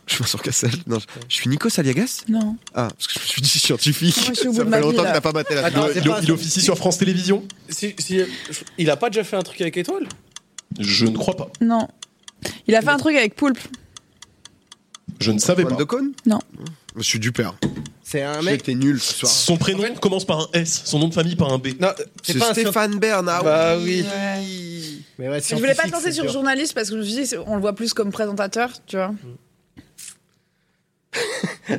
Je suis Vincent Cassel. Non, je, je suis Nico Saliagas Non. Ah, parce que je me suis dit scientifique. Ah, moi, je Ça suis au bout fait de ma vie, longtemps là. que t'as pas battu la Attends, Ouais. c'est Il, pas- il officie sur France Télévisions Si, si, euh, je- il a pas déjà fait un truc avec Étoile Je ne crois pas. Non. Il a fait un truc avec Poulpe. Je ne savais pas. Antoine de Caunes Non. Je suis du père. C'est un Mec, mec. t'es nul ce soir. Son prénom commence par un S, son nom de famille par un B. Non, C'est c'est pas un scientifique. Stéphane ah Bernard. Bah oui. Mais ouais, Je voulais pas scientifique, tenter c'est sur hein. dur. journaliste parce que je me suis dit, c'est- on le voit plus comme présentateur, tu vois.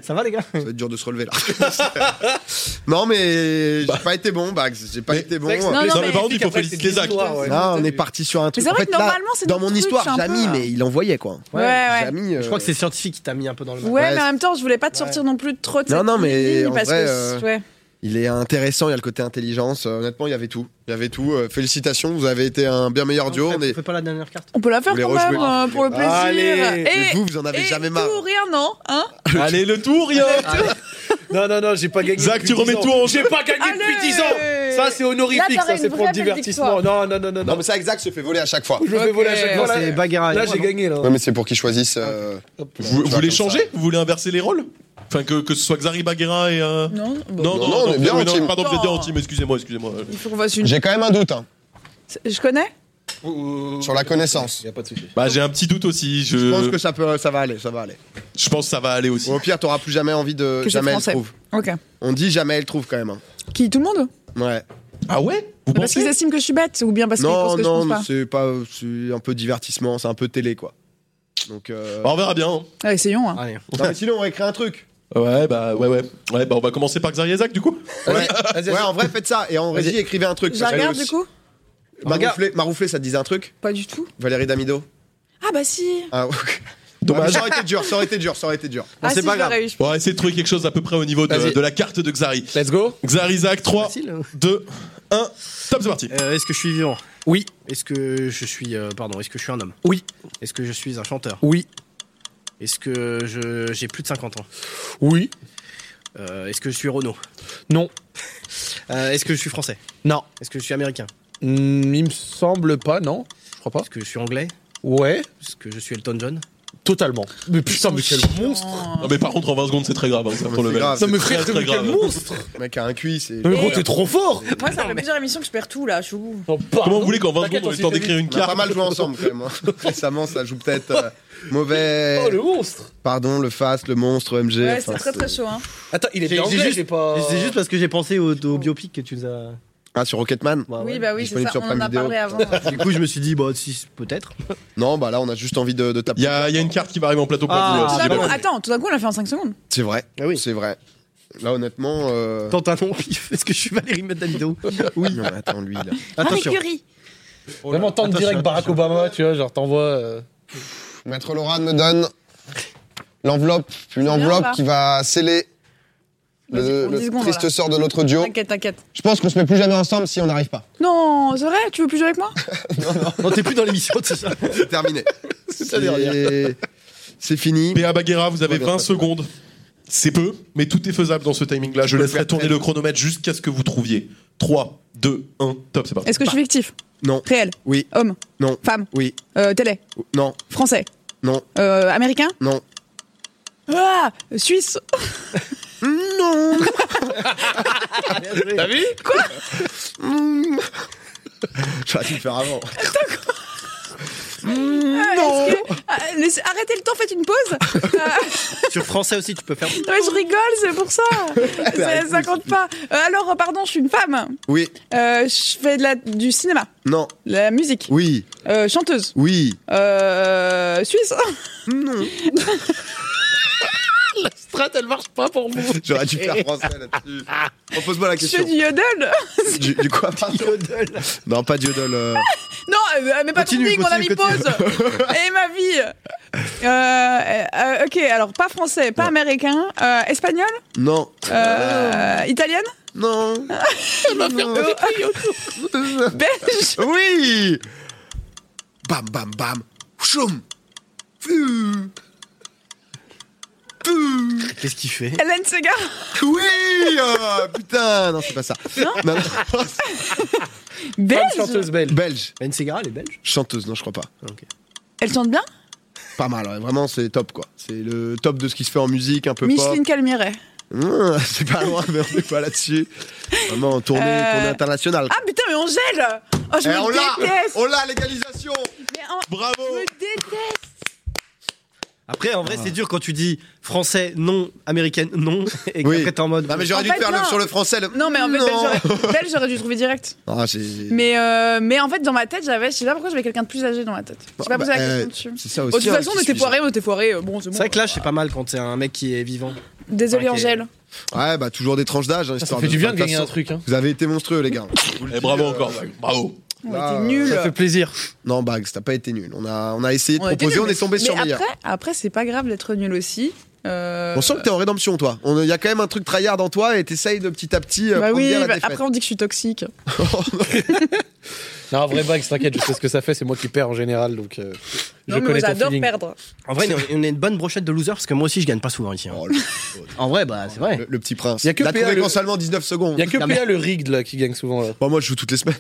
Ça va les gars Ça va être dur de se relever là. non, mais j'ai pas été bon, Bax. J'ai pas Mais- été bon. Sexe, Non, Mais non, dans mais- les paroles, il faut Après, féliciter c'est Zach. des histoires, ouais. Là, on est parti sur un Mais truc. c'est En vrai fait, que là, normalement, c'est dans mon notre truc, histoire, c'est un peu- Jamy, mais il envoyait quoi. Ouais, ouais. Jamy, euh, Je crois que c'est scientifique qui t'a mis un peu dans le mal. Ouais, Ouais, mais en c'est- même temps, je voulais pas te sortir non plus trop de Non, cette non, mais ligne, en parce vrai, que euh, ouais. il est intéressant. Il y a le côté intelligence. Euh, Honnêtement, il y avait tout. Il y avait tout. Euh, félicitations, vous avez été un bien meilleur duo. Hein, On On est... fait pas la dernière carte. on peut la faire voulez quand même rejouer euh, pour le plaisir. Allez. Et et vous, vous en avez et jamais marre. tout, rien, non hein Allez, le tour, Rio Non, non, non, j'ai pas gagné. Zach, depuis tu remets 10 ans. tout en jeu. J'ai pas gagné depuis Allez 10 ans. Ça, c'est honorifique, Là, t'aurais ça, une c'est pour vraie le belle divertissement. Non, non, non, non. Non, non. mais ça, exact, se fait voler à chaque fois. Je me fais Ok. voler à chaque fois. Non, C'est Là, Bagheera. là, j'ai gagné. là. Non, mais c'est pour qu'ils choisissent. euh, Hop. Vous, vous Genre voulez comme changer ça. Vous voulez inverser les rôles Enfin, que, que ce soit Xari Baguera et. euh, Non, bon. Non, Non, non, non, non, on est bien oui, en non, team. pardon, vous êtes bien en Non. team, excusez-moi, excusez-moi. Il faut qu'on fasse une. J'ai quand même un doute hein, Je connais Euh, sur la connaissance. a pas de souci. Bah, j'ai un petit doute aussi, je, Je pense que ça, peut, ça va aller, ça va aller. je pense que ça va aller aussi. Ou au pire, t'auras plus jamais envie de. Que c'est Jamais elle français. trouve. Ok. On dit jamais elle trouve quand même. hein. Qui Tout le monde Ouais. Ah ouais Vous Parce qu'ils pensez estiment que je suis bête ou bien parce qu'ils Non, pensent que je pense non, pas mais c'est pas. C'est un peu divertissement, c'est un peu télé quoi. Donc. euh, Bah, On verra bien. hein. Ah, essayons. hein. Allez. non, mais sinon, on va écrire un truc. Ouais, bah, ouais, ouais. Ouais, bah, on va commencer par Xari et Zach, du coup. Ouais, ouais, en vrai, faites ça. Et en régie, écrivez un truc. Je la parce que- regarde du coup Marouflé, Marouflé, ça te disait un truc Pas du tout. Valérie Damido Ah bah si Ah, ok. Dommage. Ça aurait été dur, ça aurait été dur, ça aurait été dur. Ah c'est si, pas je grave. l'aurais eu. On va essayer de trouver quelque chose à peu près au niveau de, Vas-y. de la carte de Xari. Let's go. Xari, Zach, 3, Facile. hein. 2, 1. Top, c'est parti. Euh, est-ce que je suis vivant Oui. Est-ce que je suis. euh, pardon, est-ce que je suis un homme Oui. Est-ce que je suis un chanteur Oui. Est-ce que je, j'ai plus de 50 ans Oui. Euh, Est-ce que je suis Renault Non. Euh, Est-ce que je suis français Non. Est-ce que je suis américain Hmm, il me semble pas, non. Je crois pas. Est-ce que je suis anglais Ouais. Est-ce que je suis Elton John Totalement. Mais putain, mais quel monstre. Oh. Non, mais par contre, en 20 secondes, c'est très grave. hein, ça, pour le c'est level. grave. Non, mais C'est frère, très, mais très quel grave. monstre. Le Mec a un cuit, c'est. Non, mais gros, t'es trop fort. Moi, ça fait plusieurs émissions que je perds tout là, je suis au bout. Oh, Non, pardon. Comment vous voulez qu'en 20 T'inquiète, secondes, on ait le on temps s'est d'écrire une On a pas carte mal joué ensemble quand même. hein. Récemment, ça joue peut-être euh, mauvais. Oh, le monstre. Pardon, le face, le monstre, MG. Ouais, enfin, c'est très très chaud. Hein. Attends, il J'ai- est j'ai anglais, juste- j'ai pas. C'est juste parce que j'ai pensé au, au Oh. biopic que tu nous as. Ah, sur Rocketman Bah, ouais. Oui, bah oui, c'est Disponible ça, sur on en Prime a Video. parlé avant. Du coup, je me suis dit, bah, si, peut-être. Non, bah là, on a juste envie de, de taper. Il y a, il y a une carte qui va arriver en plateau pour Ah, vous. euh, bah si j'ai Tout d'un bien coup- compris. attends, tout d'un coup, on l'a fait en 5 secondes. C'est vrai. Ah oui. C'est vrai. Là, honnêtement. euh, Tente un long pif. Est-ce que je suis Valérie Medamido Ah, Oui. Non, mais attends, lui, là. Attention. Curie Vraiment, tente direct Barack Obama, tu vois, genre t'envoies. euh, Maître Laurent me donne l'enveloppe, une bien, ça. enveloppe qui va sceller Vas-y, le, prends dix le secondes, Euh, triste voilà. sort de notre duo. T'inquiète, t'inquiète. Je pense qu'on se met plus jamais ensemble si on n'arrive pas. Non, c'est vrai Tu veux plus jouer avec moi Non, t'es plus dans l'émission, c'est ça. C'est terminé. la dernière. C'est- C'est fini. PA Baguera, vous avez Tout va bien 20 se passer. secondes. C'est peu, mais tout est faisable dans ce timing-là. Je peux le laisserai faire tourner très le chronomètre jusqu'à ce que vous trouviez. 3, 2, 1, top, c'est parti. Est-ce que Bah, je suis fictif Non. Réel Oui. Homme Non. Femme Oui. Euh, Télé Non. Français Non. Euh, Américain Non. Ah Suisse Non. T'as vu J'aurais dû le faire avant. Non Ah, laissez- arrêtez le temps, faites une pause. Euh, Sur français aussi, tu peux faire. non, mais je rigole, c'est pour ça. ça, ça compte pas. Euh, alors, euh, pardon, je suis une femme. Oui, Euh, je fais de la, du cinéma, non, de la musique, oui, euh, chanteuse, oui. euh, suisse. Ah, Strat, elle marche pas pour vous. J'aurais dû faire français là-dessus. Repose-moi la Je fais question. du yodel. Du, du quoi, pardon Non, pas Diodol. euh, Non, euh, mais pas Continue, ton dick, mon ami, continue, pause Et ma vie Euh, euh, Ok, alors pas français, pas américain, euh, espagnol, Non, Ah. euh, italienne, non. Ah, belge, Oui Bam, bam, bam. Choum Fou. Fou. Qu'est-ce qu'il fait Hélène Sega. Oui euh, Putain, non, c'est pas ça. Non non, Femme Belge chanteuse belge. Belge. Ben Segara, elle est belge. Chanteuse, non, je crois pas. Elle chante bien Pas mal, ouais, vraiment, c'est top, quoi. C'est le top de ce qui se fait en musique, un peu Micheline Calmiret. pop. Mmh, c'est pas loin, mais on est pas là-dessus. Vraiment, en tournée, Euh, tournée internationale. Ah putain, mais on gèle Oh, je Eh, on l'a me déteste On l'a, légalisation Mais en- Bravo Je me déteste Après, en vrai, c'est dur quand tu dis français, non, américaine, non, et Oui. qu'après t'es en mode. Non, Ah, mais j'aurais En dû fait, faire le, non. sur le français. le- Non, mais en fait, Non. belge, j'aurais- belge, j'aurais dû trouver direct. Ah, j'ai- Mais, euh, mais en fait, dans ma tête, j'avais, je sais pas pourquoi j'avais quelqu'un de plus âgé dans ma tête. Je sais pas Bah, posé la euh, question dessus. C'est ça aussi. Oh, de toute hein, façon, qui on était suffit. foiré, on était foiré. euh, Bon, c'est bon. C'est vrai que là, c'est pas mal quand t'es un mec qui est vivant. Désolé, Ok. Angèle. Ouais, bah toujours des tranches d'âge. hein, Ça histoire fait du bien de toute gagner un façon, truc. Hein. Vous avez été monstrueux, les gars. Et bravo Euh, encore, bravo. On Là, était euh, nuls. Ça fait plaisir. Non, Bags, t'as pas été nul. On a, on a essayé de a été proposer, nuls, on est tombé mais- sur mais meilleur. Après, après c'est pas grave d'être nul aussi. Euh, On sent que t'es en rédemption, toi. Il y a quand même un truc tryhard en toi et t'essayes de petit à petit. euh, Bah prendre oui, bien la bah, défaite. après on dit que je suis toxique. Non, en vrai, Bags, t'inquiète, je sais ce que ça fait, c'est moi qui perds en général, donc euh, je non, mais moi, connais ton j'adore feeling. perdre. En vrai, on est une bonne brochette de losers parce que moi aussi, je gagne pas souvent ici. hein. Oh, le, En vrai, bah, c'est vrai. le- le petit prince. Y a que Il a PA, trouvé le- qu'en seulement 19 secondes. Y'a que mais- PA le rigged là qui gagne souvent là. Bon, moi, je joue toutes les semaines.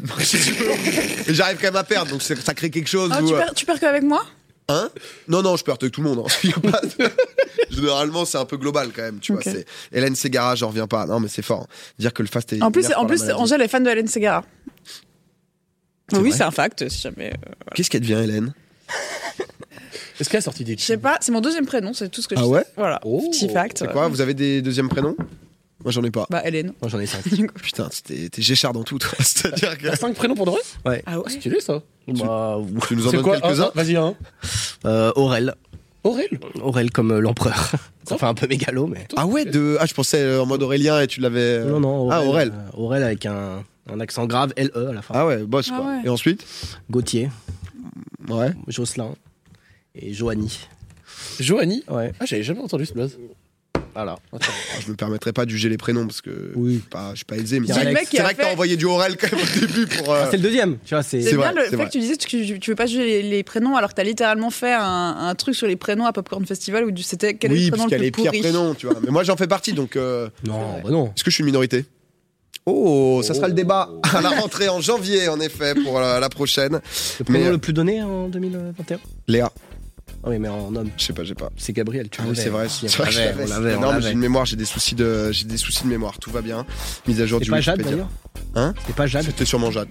et j'arrive quand même à perdre, donc c'est- ça crée quelque chose. Ah, où, tu, euh, perds, tu perds qu'avec moi Hein Non, non, je perds avec tout le monde. hein. Y a pas de- Généralement, c'est un peu global quand même. Tu Ok. vois, c'est Hélène Ségara, j'en reviens pas. Non, mais c'est fort. hein. Dire que le fast est. En plus, inerte en par la plus maladie. Angèle est fan de Hélène Segara. Bah vrai Oui, c'est un fact, si jamais. euh, Qu'est-ce qu'elle devient, Hélène Est-ce qu'elle a sorti des Je sais pas, c'est mon deuxième prénom, c'est tout ce que je Ah sais. ouais Voilà. Oh. Petit fact. C'est quoi Vous avez des deuxièmes prénoms Moi, j'en ai pas. Bah, Hélène. Moi, j'en ai 5. Putain, t'es t'es Géchard dans tout, toi. C'est-à-dire que. 5 prénoms pour de vrai Ouais. Ah ouais Stylé ça. Tu nous en C'est donnes quoi un- quelques-uns un- Vas-y, un. Euh, Aurel. Aurel. Aurel comme euh, l'empereur. Ça Oh. fait un peu mégalo, mais. Ah ouais, de. Ah, je pensais euh, en mode Aurélien et tu l'avais. euh, Non, non, Aurel. Ah, Aurel. euh, Aurel avec un, un accent grave, LE à la fin. Ah ouais, boss Ah quoi. ouais. Et ensuite Gauthier, Ouais. Jocelyn et Joanie. Joanie. Ouais. Ah, j'avais jamais entendu ce blaze. Voilà. Je me permettrais pas de juger les prénoms parce que. Oui. Je suis pas, je suis pas aisé, mais C'est c'est le vrai- mec qui c'est a vrai que t'as fait- envoyé du Aurel quand même au début pour. euh, Ah, c'est le deuxième, tu vois. C'est C'est. bien vrai, le c'est fait vrai. que tu disais que tu, tu veux pas juger les, les prénoms alors que t'as littéralement fait un, un truc sur les prénoms à Popcorn Festival où tu- c'était quel est oui, le prénom parce le qu'elle plus est pire pourri. prénom, tu vois. Mais moi, j'en fais partie, donc euh, Non, bah non. est-ce que je suis une minorité Oh, ça sera le débat à la rentrée en janvier, en effet, pour euh, la, la prochaine. Le prénom Mais- euh- le plus donné en 2021 Léa, Ah oui, mais en homme. je sais pas, j'ai pas. C'est Gabriel, tu Ah oui, l'avais. c'est vrai. Si, c'est vrai que je l'avais, c'est énorme, j'ai une mémoire, j'ai des soucis de, j'ai des soucis de mémoire. Tout va bien. Mise à jour C'est du pas Jade Wikipédia. d'ailleurs Hein C'est pas Jade C'était sûrement Jade.